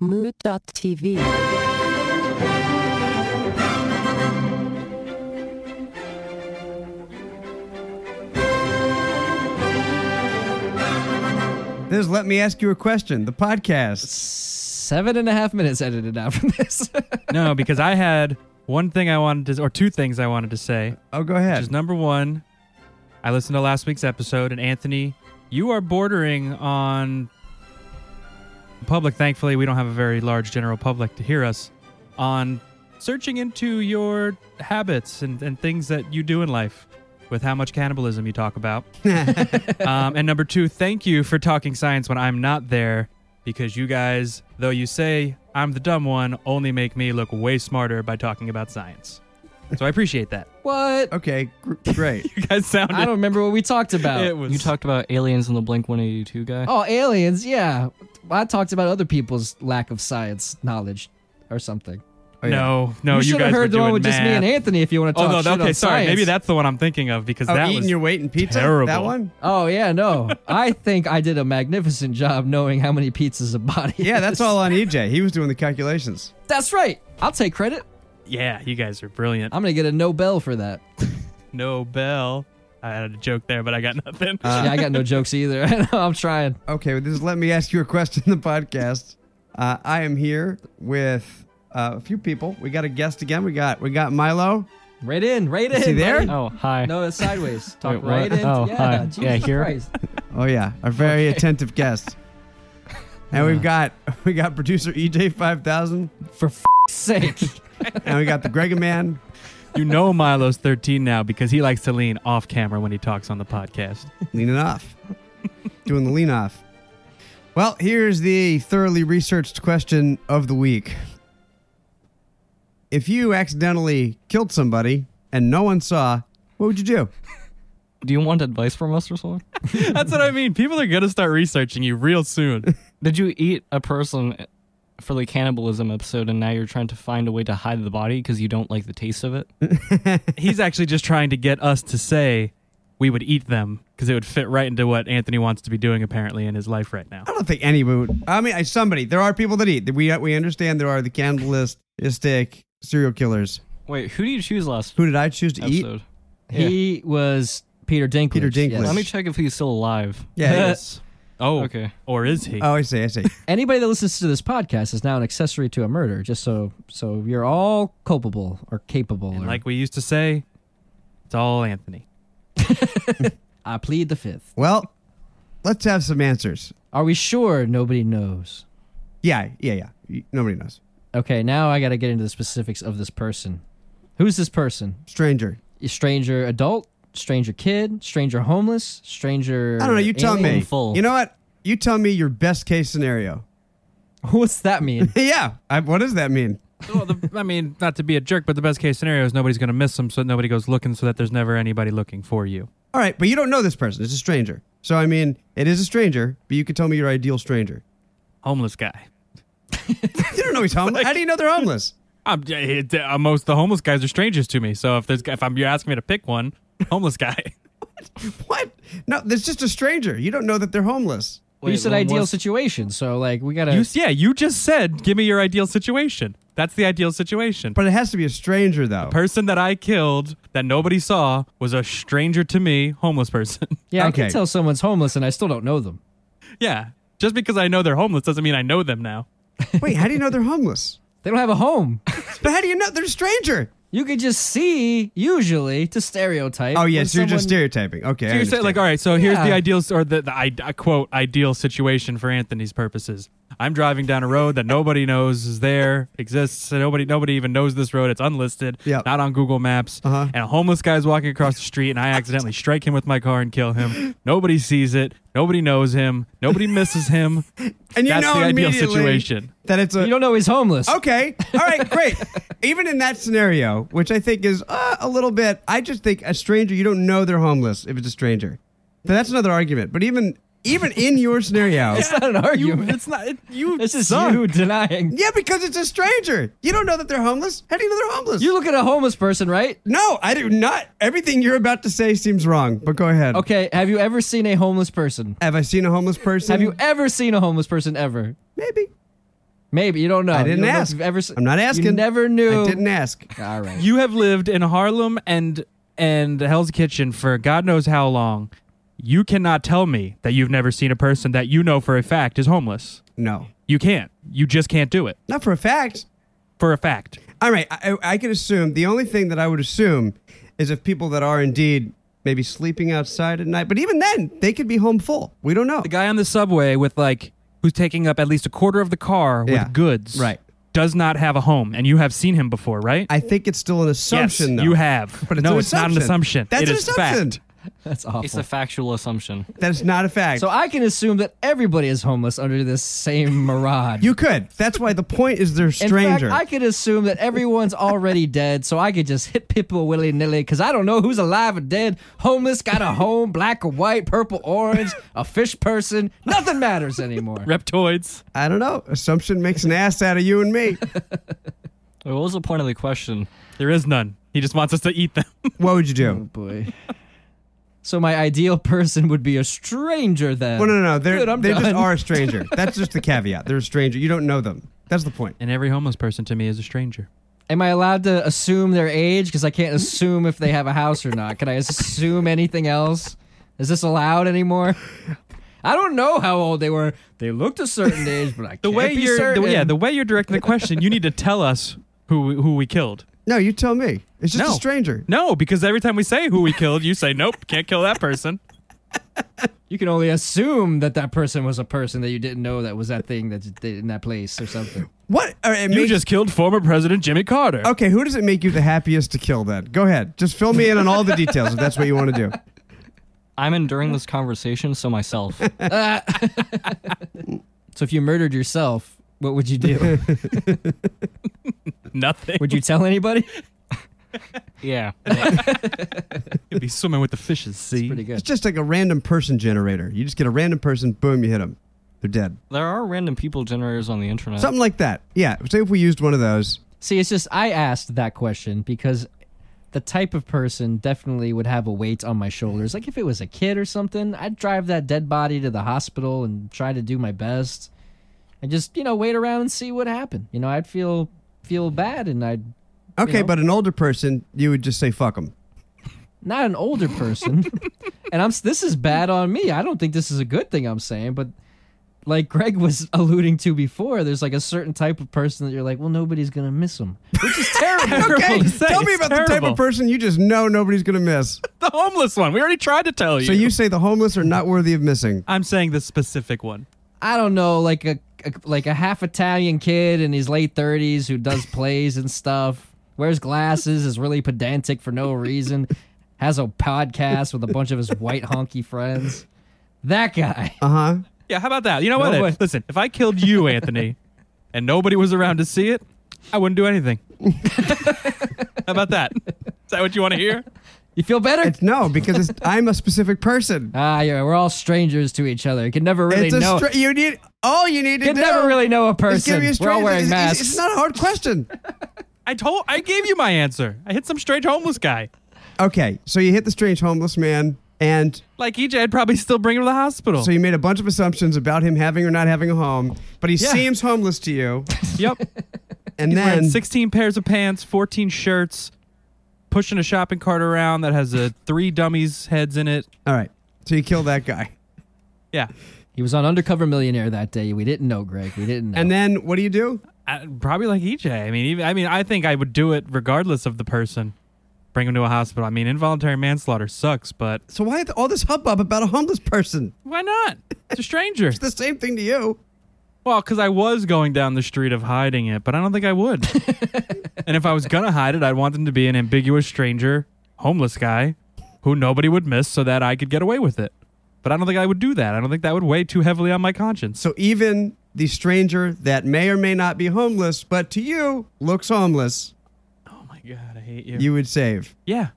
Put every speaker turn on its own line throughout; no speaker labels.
Muta TV.
This is Let Me Ask You a Question, the podcast.
seven and a half minutes edited out from this.
No, because I had one thing I wanted to, or two things I wanted to say.
Oh, go
Which
ahead.
is number one, I listened to last week's episode, and Anthony, you are bordering on public. Thankfully, we don't have a very large general public to hear us on searching into your habits and, and things that you do in life with how much cannibalism you talk about. um, and number two, thank you for talking science when I'm not there because you guys, though you say I'm the dumb one, only make me look way smarter by talking about science. So I appreciate that.
what?
okay, gr- great.
You guys sounded.
I don't remember what we Oh, talked about.
It was
You talked about aliens and the Blink 182 guy.
oh, aliens. Yeah. I talked about other people's lack of science knowledge or something.
Oh, yeah.
no, no. You,
should
guys
have
were
heard the one
doing
with just me
math.
and Anthony if you want to talk
Oh no,
shit
okay,
on
sorry. Maybe
science.
that's the one I'm thinking of because
Oh,
that
eating
was
your weight in pizza? That
terrible.
one?
Oh yeah, no. I think I did a magnificent job knowing how many pizzas a body.
Yeah, that's
is.
all on EJ. He was doing the calculations.
That's right. I'll take credit.
yeah. You guys are brilliant.
I'm gonna get a Nobel for that.
No bell. I had a joke there, but I got nothing.
yeah, I got no jokes either. I know, I'm trying.
Okay, well, this is Let Me Ask You a Question, the podcast. Uh, I am here with uh, a few people. We got a guest again. We got we got Milo.
Right in, right in.
he there?
buddy.
Oh, hi.
No, it's sideways. Talk
Wait, what?
right in.
Oh,
yeah,
hi.
Jesus
Yeah, here.
Christ.
Oh yeah, a very attentive guest. And we've got we got producer EJ five thousand,
For f- sake.
and we got the Grega man.
you know Milo's 13 now because he likes to lean off camera when he talks on the podcast.
leaning off, doing the lean off. Well, here's the thoroughly researched question of the week. If you accidentally killed somebody and no one saw, what would you do?
Do you want advice from us or something?
That's what I mean. People are gonna start researching you real soon.
Did you eat a person for the cannibalism episode and now you're trying to find a way to hide the body because you don't like the taste of it?
He's actually just trying to get us to say we would eat them because it would fit right into what Anthony wants to be doing apparently in his life right now.
I don't think anyone would. I mean, I- somebody. There are people that eat. We we understand there are the cannibalistic serial killers.
Wait, who do you choose last
Who did I choose to eat?
episode?
He was Peter Dinklage.
Peter Dinklage.
Let me check if he's still alive.
Yeah. it is.
Oh,
Okay.
Or is he?
Uh,
Oh, I see. I see.
Anybody that listens to this podcast is now an accessory to a murder. Just so, so you're all culpable or capable.
And
or-
like we used to say, it's all Anthony.
I plead the fifth.
Well, let's have some answers.
Are we sure nobody knows?
Yeah, yeah, yeah. Y- Nobody knows.
Okay, now I got to get into the specifics of this person. Who's this person?
Stranger.
A stranger adult? Stranger kid? Stranger homeless? Stranger.
I don't know. You tell
alien?
me.
full.
You know what? You tell me your best case scenario. Eh,
What's that mean?
Yeah. I, what does that mean?
well, the, I mean, not to be a jerk, but the best case scenario is nobody's going to miss them, so that nobody goes looking, so that there's never anybody looking for you.
All right, but you don't know this person. It's a stranger. So I mean, it is a stranger, but you could tell me your ideal stranger.
Homeless guy.
You don't know he's homeless. How do you know they're homeless?
I'm, it- uh, most the homeless guys are strangers to me, so if there's if I'm you're asking me to pick one, homeless guy.
What? No, there's just a stranger. You don't know that they're homeless.
you said
when
ideal
was-
situation, so like we gotta.
you s- yeah, you just said give me your ideal situation. That's the ideal situation.
But it has to be a stranger though.
person that I killed that nobody saw was a stranger to me, homeless person.
yeah, I
okay.
can tell someone's homeless and I still don't know them.
yeah. Just because I know they're homeless doesn't mean I know them now.
Wait, how do you know they're homeless?
They don't have a home.
But how do you know they're a stranger?
you could just see usually to stereotype.
Oh yes,
when
you're just
someone-
stereotyping. Okay.
So you're saying like, all right, so here's the
Yeah.
ideal or the, the I, I quote ideal situation for Anthony's purposes. I'm driving down a road that nobody knows is there, exists. and Nobody, nobody even knows this road. It's unlisted,
Yep.
not on Google Maps.
Uh-huh.
And a homeless guy's walking across the street, and I accidentally strike him with my car and kill him. Nobody sees it. Nobody knows him. Nobody misses him.
and you
that's
know
the ideal
immediately
situation.
That it's a
You don't know he's homeless.
Okay. All right. Great. Even in that scenario, which I think is uh, a little bit, I just think a stranger. You don't know they're homeless if it's a stranger. But that's another argument. But even even in your scenario,
It's not an argument.
it's not it, you.
this is
suck.
you denying.
yeah, because it's a stranger. You don't know that they're homeless. How do you know they're homeless?
You look at a homeless person, right?
no, I do not. Everything you're about to say seems wrong. But go ahead.
Okay, have you ever seen a homeless person?
Have I seen a homeless person?
Have you ever seen a homeless person ever?
Maybe.
Maybe you don't know.
I didn't
e-, You don't know if
ask.
you've Ever, s-
I'm not
You
asking.
never knew.
I didn't ask.
All right.
You have lived in Harlem and and Hell's Kitchen for God knows how long. You cannot tell me that you've never seen a person that you know for a fact is homeless.
No,
You can't. You just can't do it
not for a fact.
for a fact.
All right, I, I I could assume the only thing that I would assume is if people that are indeed maybe sleeping outside at night, but even then they could be home full. We don't know.
The guy on the subway with like who's taking up at least a quarter of the car with
Yeah.
goods,
Right.
Does not have a home, and you have seen him before, right?
I think it's still an assumption,
yes,
though.
you have.
But it's
no,
an
it's not an assumption.
That's
It
an
is
assumption.
fact.
That's
It's
awful.
a factual assumption.
That is not a fact.
so I can assume that everybody is homeless under this same mirage.
you could. That's why the point is they're
In
stranger.
fact, I could assume that everyone's already dead, so I could just hit people willy nilly because I don't know who's alive or dead. Homeless, got a home, black or white, purple, orange, a fish person. Nothing matters anymore.
Reptoids.
I, don't know. Assumption makes an ass out of you and me.
Wait, What was the point of the question?
There is none. He just wants us to eat them.
what would you
Oh
do?
boy. So my ideal person would be a stranger then.
Well, no, no, no. They're,
Good, I'm
they just
done.
are a stranger. That's just the caveat. They're a stranger. You don't know them. That's the point.
and every homeless person to me is a stranger.
Am I allowed to assume their age? Because I can't assume if they have a house or not. Can I assume anything else? Is this allowed anymore? I don't know how old they were. They looked a certain age, but I can't
The way
be
you're, the,
certain.
yeah, the way you're directing the question, you need to tell us who who we killed.
No, you tell me. It's just
No.
a stranger.
No, because every time we say who we killed, you say nope, can't kill that person.
you can only assume that that person was a person that you didn't know that was that thing that's in that place or something.
What? All right, it
You
makes-
just killed former President Jimmy Carter.
Okay, who does it make you the happiest to kill then? Go ahead. Just fill me in on all the details if that's what you want to do.
I'm enduring this conversation, so myself.
So if you murdered yourself, what would you do?
Nothing.
would you tell anybody?
yeah.
You'd be swimming with the fishes. See,
Pretty good.
It's just like a random person generator. You just get a random person, boom, you hit them. They're dead.
There are random people generators on the
Uh-huh.
internet.
Something like that. Yeah, say if we used one of those.
See, it's just I asked that question because the type of person definitely would have a weight on my shoulders. Like if it was a kid or something, I'd drive that dead body to the hospital and try to do my best and just, you know, wait around and see what happened. You know, I'd feel feel bad and I'd
Okay,
You know?
but an older person, you would just say fuck them.
not an older person. and I'm s- this is bad on me. I don't think this is a good thing I'm saying, but like Greg was alluding to before, there's like a certain type of person that you're like, well, nobody's gonna miss him, which is terrible.
Okay,
to say.
tell me
It's
about the type
terrible.
of person you just know nobody's going to miss.
the homeless one. We already tried to tell you.
So you say the homeless are not worthy of missing.
I'm saying the specific one.
I don't know, like a, a like a half Italian kid in his late thirties who does plays and stuff, wears glasses, is really pedantic for no reason, has a podcast with a bunch of his white honky friends. That guy.
Uh huh.
Yeah, how about that? You know what?
No way.
Listen, if I killed you, Anthony, and nobody was around to see it, I wouldn't do anything. how about that? Is that what you want to hear?
You feel better?
It's no, because it's, I'm a specific person.
Ah, yeah, we're all strangers to each other. You can never really
it's a
know.
stra- you need all you need to
you can
do.
never really know a
is give
person.
me a
We're all
stranger-
wearing
it's-
masks.
It's, it's not a hard question.
I told I gave you my answer. I hit some strange homeless guy.
Okay, so you hit the strange homeless man, and
Like EJ, I'd probably still bring him to the hospital.
so you made a bunch of assumptions about him having or not having a home, but he
Yeah.
seems homeless to you.
yep.
And
He's wearing
then,
16 pairs of pants, 14 shirts, pushing a shopping cart around that has uh, three dummies' heads in it.
all right, so you kill that guy.
Yeah.
he was on Undercover Millionaire that day. We didn't know, Greg. We didn't know.
And then, what do you do?
I, probably like EJ. I mean, even, I mean, I think I would do it regardless of the person. Bring him to a hospital. I mean, involuntary manslaughter sucks, but
So why all this hubbub about a homeless person?
why not? It's a stranger.
It's the same thing to you.
well, because I was going down the street of hiding it, but I don't think I would. and if I was gonna hide it, I'd want them to be an ambiguous stranger, homeless guy, who nobody would miss, so that I could get away with it. But I don't think I would do that. I don't think that would weigh too heavily on my conscience.
So even the stranger that may or may not be homeless, but to you looks homeless,
Oh my god, I hate
you would save
yeah.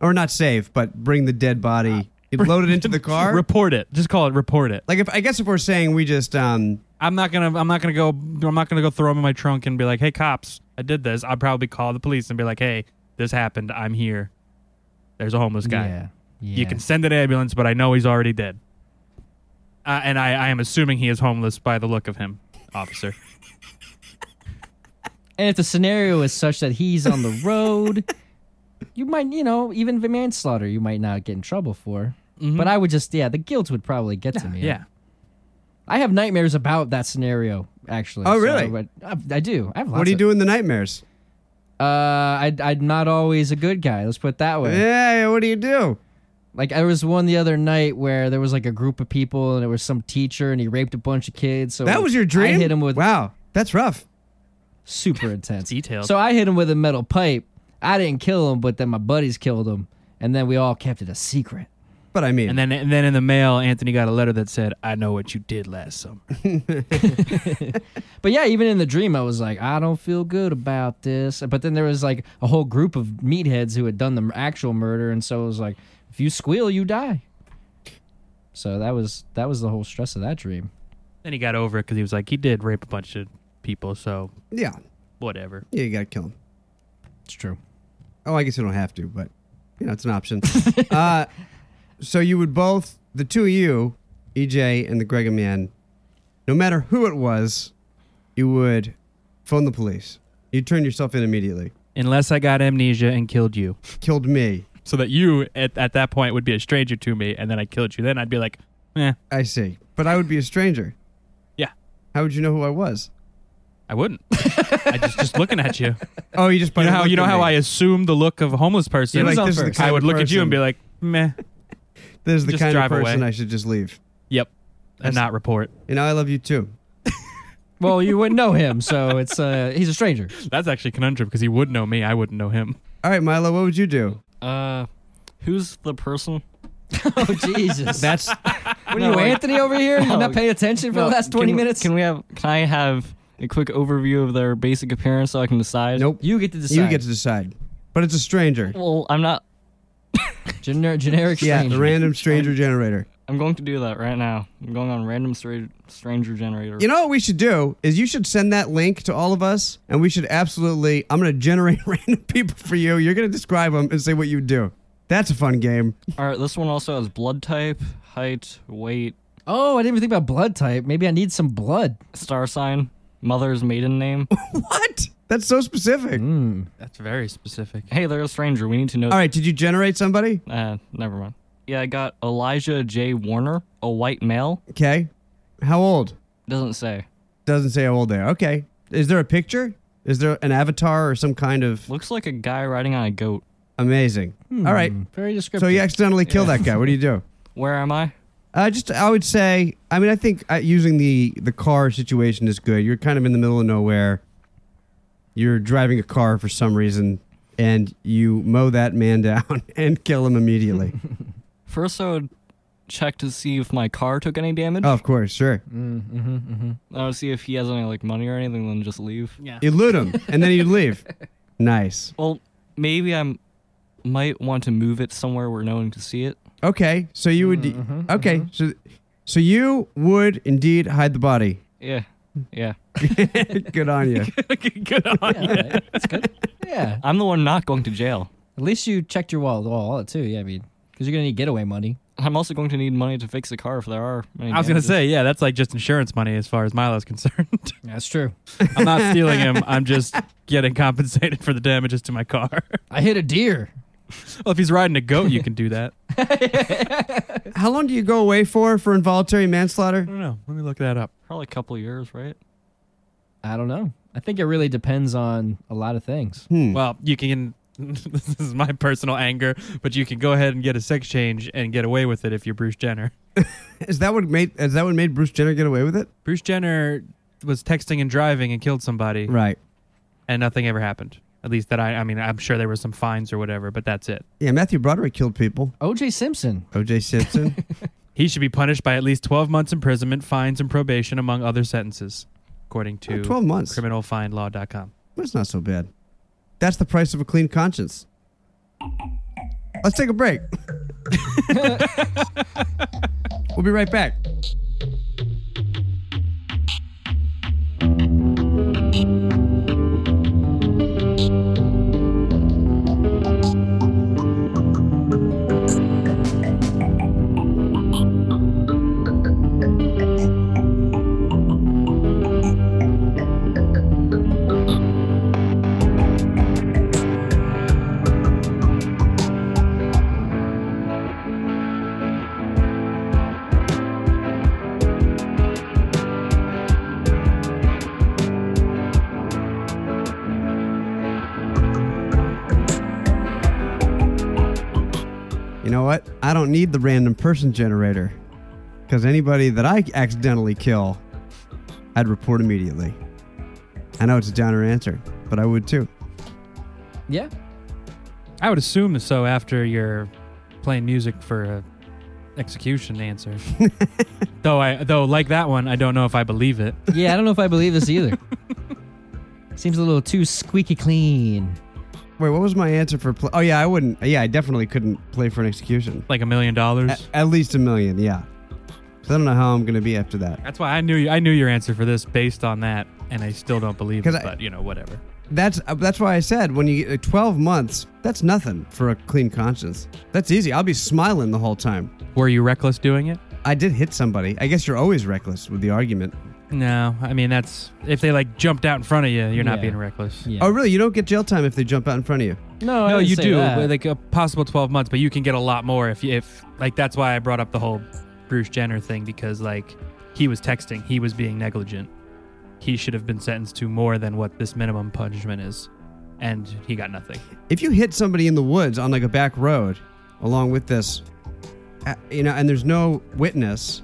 or not save, but bring the dead body, you'd load it into the car.
Report it. Just call it. Report it.
like if I guess if we're saying we just um
I'm not gonna I'm not gonna go I'm not gonna go throw him in my trunk and be like, hey cops, I did this. I'll probably call the police and be like, hey, this happened. I'm here. There's a homeless guy.
yeah. yeah.
You can send an ambulance, but I know he's already dead. Uh, and I, I am assuming he is homeless by the look of him, officer.
And if the scenario is such that he's on the road, you might, you know, even the manslaughter, you might not get in trouble for. But I would just, yeah, the guilt would probably get to me.
Yeah.
I have nightmares about that scenario, actually.
Oh,
so
really?
I would- I, I do. I have lots
What do you
of-
do in the nightmares?
Uh, I, I'm not always a good guy. Let's put it that way.
Yeah, what do you do?
Like there was one the other night where there was like a group of people and it was some teacher and he raped a bunch of kids. So
That was your dream.
I hit him with
wow. That's rough.
super intense.
Detailed.
So I hit him with a metal pipe. I didn't kill him, but then my buddies killed him, and then we all kept it a secret.
But I mean,
And then and then in the mail, Anthony got a letter that said, "I know what you did last summer."
But yeah, even in the dream, I was like, I don't feel good about this. But then there was like a whole group of meatheads who had done the m- actual murder, and so it was like, if you squeal, you die. So that was that was the whole stress of that dream.
Then he got over it because he was like, he did rape a bunch of people, so
yeah,
whatever.
yeah, you gotta kill him.
It's true.
Oh, I guess you don't have to, but you know it's an option. uh, so you would both, the two of you, EJ and the Greg man, no matter who it was, you would phone the police. You'd turn yourself in immediately.
Unless I got amnesia and killed you,
Killed me.
so that you at at that point would be a stranger to me, and then I killed you. Then I'd be like, eh,
I see, but I would be a stranger.
Yeah.
How would you know who I was?
I wouldn't. I just just looking at you.
Oh, you just by
You know
the
how
look
you know
at
how
me.
I assume the look of a homeless person.
You're
was
like,
on
this is the
first.
kind
I would
of
look at you and be
person-
like, meh,
"This is the
just
kind of
drive away.
person I should just leave."
yep,
That's-
and not report.
You know, I love you too.
Well, you wouldn't know him, so it's uh, he's a stranger.
That's actually a conundrum because he would know me. I wouldn't know him.
All right, Milo, what would you do?
Uh, who's the person?
Oh Jesus!
That's
What are you,
No, like-
Anthony, over here? You're not paying attention for
No,
the last 20
can-
minutes?
Can we have? Can I have a quick overview of their basic appearance so I can decide?
nope.
you get to decide.
You get to decide, but it's a stranger.
Well, I'm not.
Gener- generic
Yeah,
stranger.
the random stranger generator.
I'm going to do that right now. I'm going on random stra- stranger generator.
You know what we should do is you should send that link to all of us, and we should absolutely. I'm going to generate random people for you. You're going to describe them and say what you do. That's a fun game.
All right, this one also has blood type, height, weight,
Oh, I didn't even think about blood type. Maybe I need some blood.
star sign, mother's maiden name.
what? Mm. That's so specific.
That's very specific.
hey, they're a stranger. We need to know.
All right, did you generate somebody?
Uh, never mind. Yeah, I got Elijah J. Warner, a white male.
Okay. How old?
Doesn't say.
Doesn't say how old they are. Okay. Is there a picture? Is there an avatar or some kind of
Looks like a guy riding on a goat.
amazing? All right.
Very descriptive.
So you accidentally kill that guy. What do you do?
Where am I?
Uh, just I would say. I mean, I think uh, using the the car situation is good. You're kind of in the middle of nowhere. You're driving a car for some reason, and you mow that man down and kill him immediately.
First, I would check to see if my car took any damage.
oh, of course, sure.
I would see if he has any like money or anything, then just leave. Yeah.
You loot him, and then you leave. Nice.
Well, maybe I might want to move it somewhere where no one can see it.
Okay, so you would. okay, so so you would indeed hide the body.
Yeah.
Hmm.
Yeah.
good on you.
Good on
Yeah, right. That's good. Yeah.
I'm the one not going to jail.
At least you checked your wallet, wallet too. Yeah, I mean, because you're going to need getaway money.
I'm also going to need money to fix the car if there are. Any
I was gonna
damages.
say, yeah, that's like just insurance money as far as Milo's concerned.
That's true.
I'm not stealing him. I'm just getting compensated for the damages to my car.
I hit a deer.
Well, if he's riding a goat, you can do that. I
How long do you go away for for involuntary manslaughter?
don't know. Let me look that up.
probably a couple of years, right?
I don't know. I think it really depends on a lot of things.
Hmm.
Well, you can. this is my personal anger, but you can go ahead and get a sex change and get away with it if you're Bruce Jenner.
Is that what made is that what made Bruce Jenner get away with it?
Bruce Jenner was texting and driving and killed somebody,
Right.
and nothing ever happened. At least that I. I mean, I'm sure there were some fines or whatever, but that's it.
Yeah, Matthew Broderick killed people.
OJ Simpson.
O.J. Simpson.
He should be punished by at least 12 months imprisonment, fines, and probation, among other sentences, according to
Oh, 12 months.
criminalfindlaw.com.
That's not so bad. That's the price of a clean conscience. Let's take a break. we'll be right back. what? I don't need the random person generator because anybody that I accidentally kill, I'd report immediately. I know it's a downer answer, but I would too.
Yeah.
I would assume so after you're playing music for a execution answer. though I though like that one, I don't know if I believe it.
Yeah, I don't know if I believe this either. Seems a little too squeaky clean.
Wait, what was my answer for? Pl- oh yeah, I wouldn't. Yeah, I definitely couldn't play for an execution.
Like a million dollars.
At, at least a million, yeah. 'Cause I don't know how I'm gonna be after that.
That's why I knew I knew your answer for this based on that, and I still don't believe it.
'Cause I-
but you know, whatever.
That's uh, that's why I said when you get uh, 12 months, that's nothing for a clean conscience. That's easy. I'll be smiling the whole time.
Were you reckless doing it?
I did hit somebody. I guess you're always reckless with the argument.
No, I mean that's if they like jumped out in front of you, you're not
Yeah.
being reckless.
Yeah.
Oh, really? You don't get jail time if they jump out in front of you.
no, I
No,
didn't
you
say
do
that.
like a possible 12 months, but you can get a lot more if you, if like that's why I brought up the whole Bruce Jenner thing because like he was texting, he was being negligent. He should have been sentenced to more than what this minimum punishment is, and he got nothing.
If you hit somebody in the woods on like a back road, along with this, uh, you know, and there's no witness,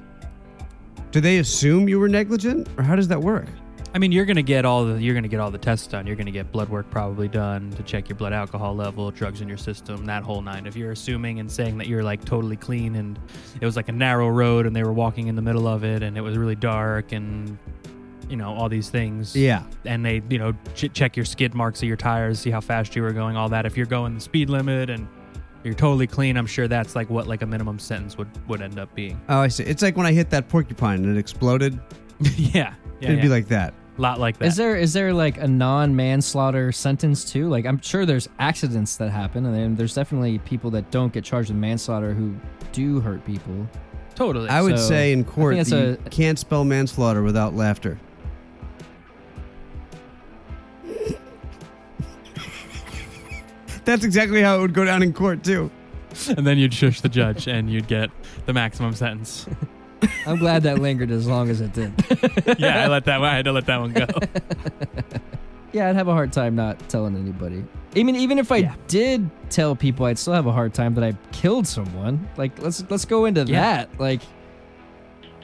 do they assume you were negligent, or how does that work?
I mean, you're gonna get all the you're gonna get all the tests done. You're gonna get blood work probably done to check your blood alcohol level, drugs in your system, that whole nine. If you're assuming and saying that you're like totally clean and it was like a narrow road and they were walking in the middle of it and it was really dark and you know all these things.
Yeah.
And they you know ch- check your skid marks of your tires, see how fast you were going, all that. If you're going the speed limit and you're totally clean, I'm sure that's like what like a minimum sentence would would end up being.
Oh, I see. It's like when I hit that porcupine and it exploded.
yeah. Yeah,
It'd
yeah.
be like that.
a lot like that.
Is there is there like a non manslaughter sentence too? Like I'm sure there's accidents that happen, and then there's definitely people that don't get charged with manslaughter who do hurt people.
totally.
I would
So,
say in
I think
court
that's
that you
a-
can't spell manslaughter without laughter. That's exactly how it would go down in court too.
and then you'd shush the judge and you'd get the maximum sentence.
I'm glad that lingered as long as it did.
yeah, I let that one. I had to let that one go.
Yeah, I'd have a hard time not telling anybody. I mean, even if I
Yeah.
did tell people, I'd still have a hard time that I killed someone. Like, let's let's go into
Yeah.
that. Like,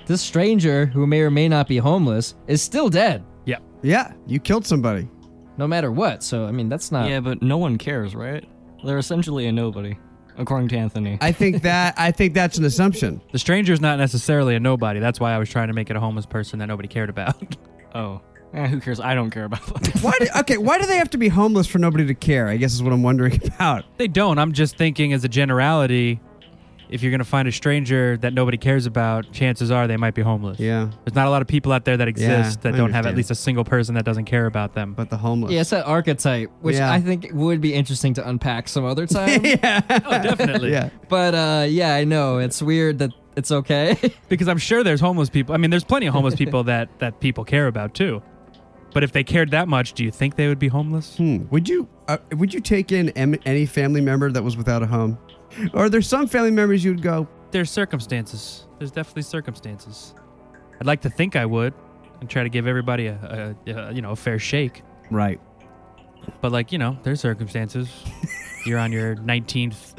this stranger who may or may not be homeless is still dead,
Yeah, you killed somebody.
no matter what. So, I mean, that's not.
yeah, but no one cares, right? They're essentially a nobody, according to Anthony.
I think that I think that's an assumption.
The stranger's not necessarily a nobody. That's why I was trying to make it a homeless person that nobody cared about.
oh, eh, who cares? I don't care about that.
Why? Do, okay, why do they have to be homeless for nobody to care? I guess is what I'm wondering about.
they don't. I'm just thinking as a generality. If you're gonna find a stranger that nobody cares about, chances are they might be homeless.
Yeah,
There's not a lot of people out there that
I
exist that don't have
understand.
at least a single person that doesn't care about them.
but the homeless.
Yeah, it's that archetype, which
Yeah.
I think would be interesting to unpack some other time.
yeah,
oh, definitely.
yeah.
But uh, yeah, I know it's weird that it's okay.
because I'm sure there's homeless people. I mean, there's plenty of homeless people that that people care about too. But if they cared that much, do you think they would be homeless?
Hmm. Would you uh, would you take in em- any family member that was without a home? Or there's some family members you'd go,
There's circumstances. There's definitely circumstances. I'd like to think I would, and try to give everybody a, a, a you know a fair shake.
right?
But like you know, there's circumstances. You're on your 19th,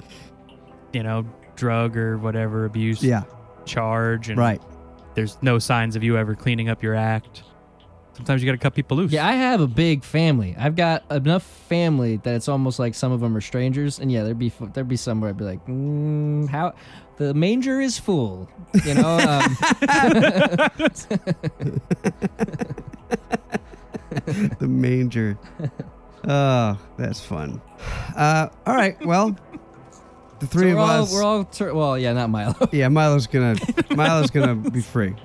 you know, drug or whatever abuse
Yeah,
charge, and
right.
there's no signs of you ever cleaning up your act. Sometimes you got to cut people loose.
Yeah, I have a big family. I've got enough family that it's almost like some of them are strangers. And yeah, there'd be there'd be somewhere I'd be like, mm, how the manger is full, you know. Um,
The manger. Oh, that's fun. Uh, all right. Well, the three of
we're all
us.
we're all tur- well, yeah, not Milo.
yeah, Milo's gonna Milo's gonna be free.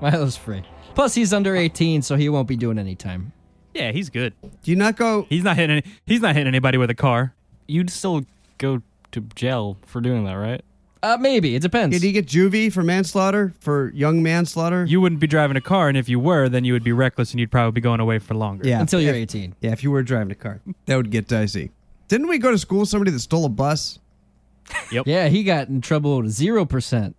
Milo's free. Plus, he's under eighteen, so he won't be doing any time.
yeah, he's good.
Do you not go?
He's not hitting. Any, he's not hitting anybody with a car.
You'd still go to jail for doing that, right?
Uh, maybe it depends.
Did he get juvie for manslaughter for young manslaughter?
You wouldn't be driving a car, and if you were, then you would be reckless, and you'd probably be going away for longer.
yeah.
until you're eighteen.
yeah, if you were driving a car, that would get dicey. Didn't we go to school with somebody that stole a bus?
Yeah, he got in trouble zero percent.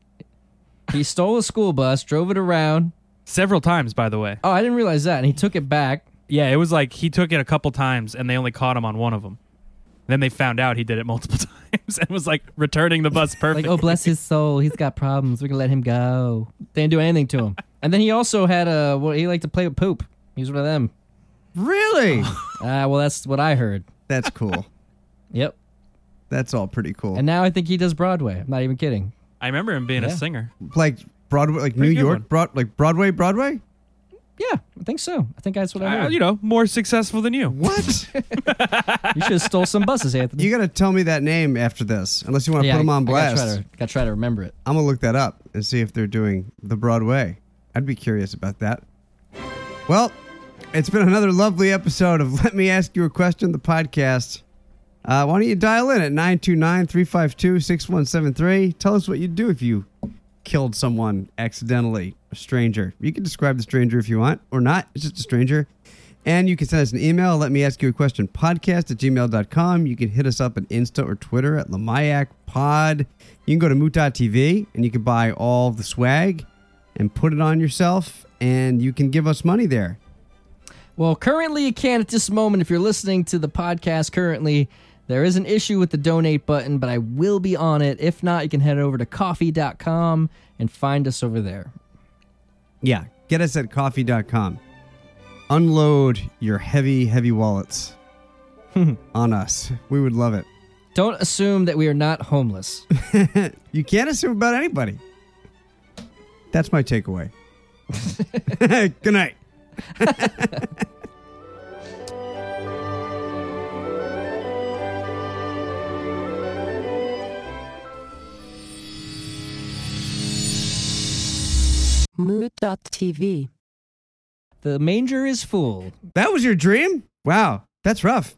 He stole a school bus, drove it around.
Several times, by the way.
Oh, I didn't realize that, and he took it back.
Yeah, it was like he took it a couple times, and they only caught him on one of them. Then they found out he did it multiple times. names and was like returning the bus perfect.
Like, oh, bless his soul. He's got problems. We're going to let him go. They didn't do anything to him. And then he also had a, well, he liked to play with poop. He was one of them.
Really?
Ah, well, that's what I heard.
That's cool.
Yep.
That's all pretty cool.
And now I think he does Broadway. I'm not even kidding.
I remember him being
Yeah.
a singer.
like Broadway, like New
good
York,
one.
broad, like Broadway, Broadway.
Yeah, I think so. I think that's what I
Uh,
heard.
you know, more successful than you.
What?
You should have stole some buses, Anthony.
you got to tell me that name after this, unless you want to put them on blast.
I gotta, try to, gotta try to remember it.
I'm gonna look that up and see if they're doing the Broadway. I'd be curious about that. Well, it's been another lovely episode of Let Me Ask You a Question, the podcast. Uh, why don't you dial in at 929 352 6173? Tell us what you'd do if you killed someone accidentally, a stranger. You can describe the stranger if you want or not. It's just a stranger. And you can send us an email. Let me ask you a question podcast at gmail.com. You can hit us up at Insta or Twitter at Lamayak Pod. You can go to moot.tv and you can buy all the swag and put it on yourself. And you can give us money there.
Well, currently you can at this moment. If you're listening to the podcast currently, there is an issue with the donate button, but I will be on it. If not, you can head over to coffee.com and find us over there.
Yeah. Get us at coffee.com. Unload your heavy, heavy wallets on us. We would love it.
Don't assume that we are not homeless.
you can't assume about anybody. That's my takeaway. Good night.
Mood.tv.
the manger is full.
That was your dream? Wow, that's rough.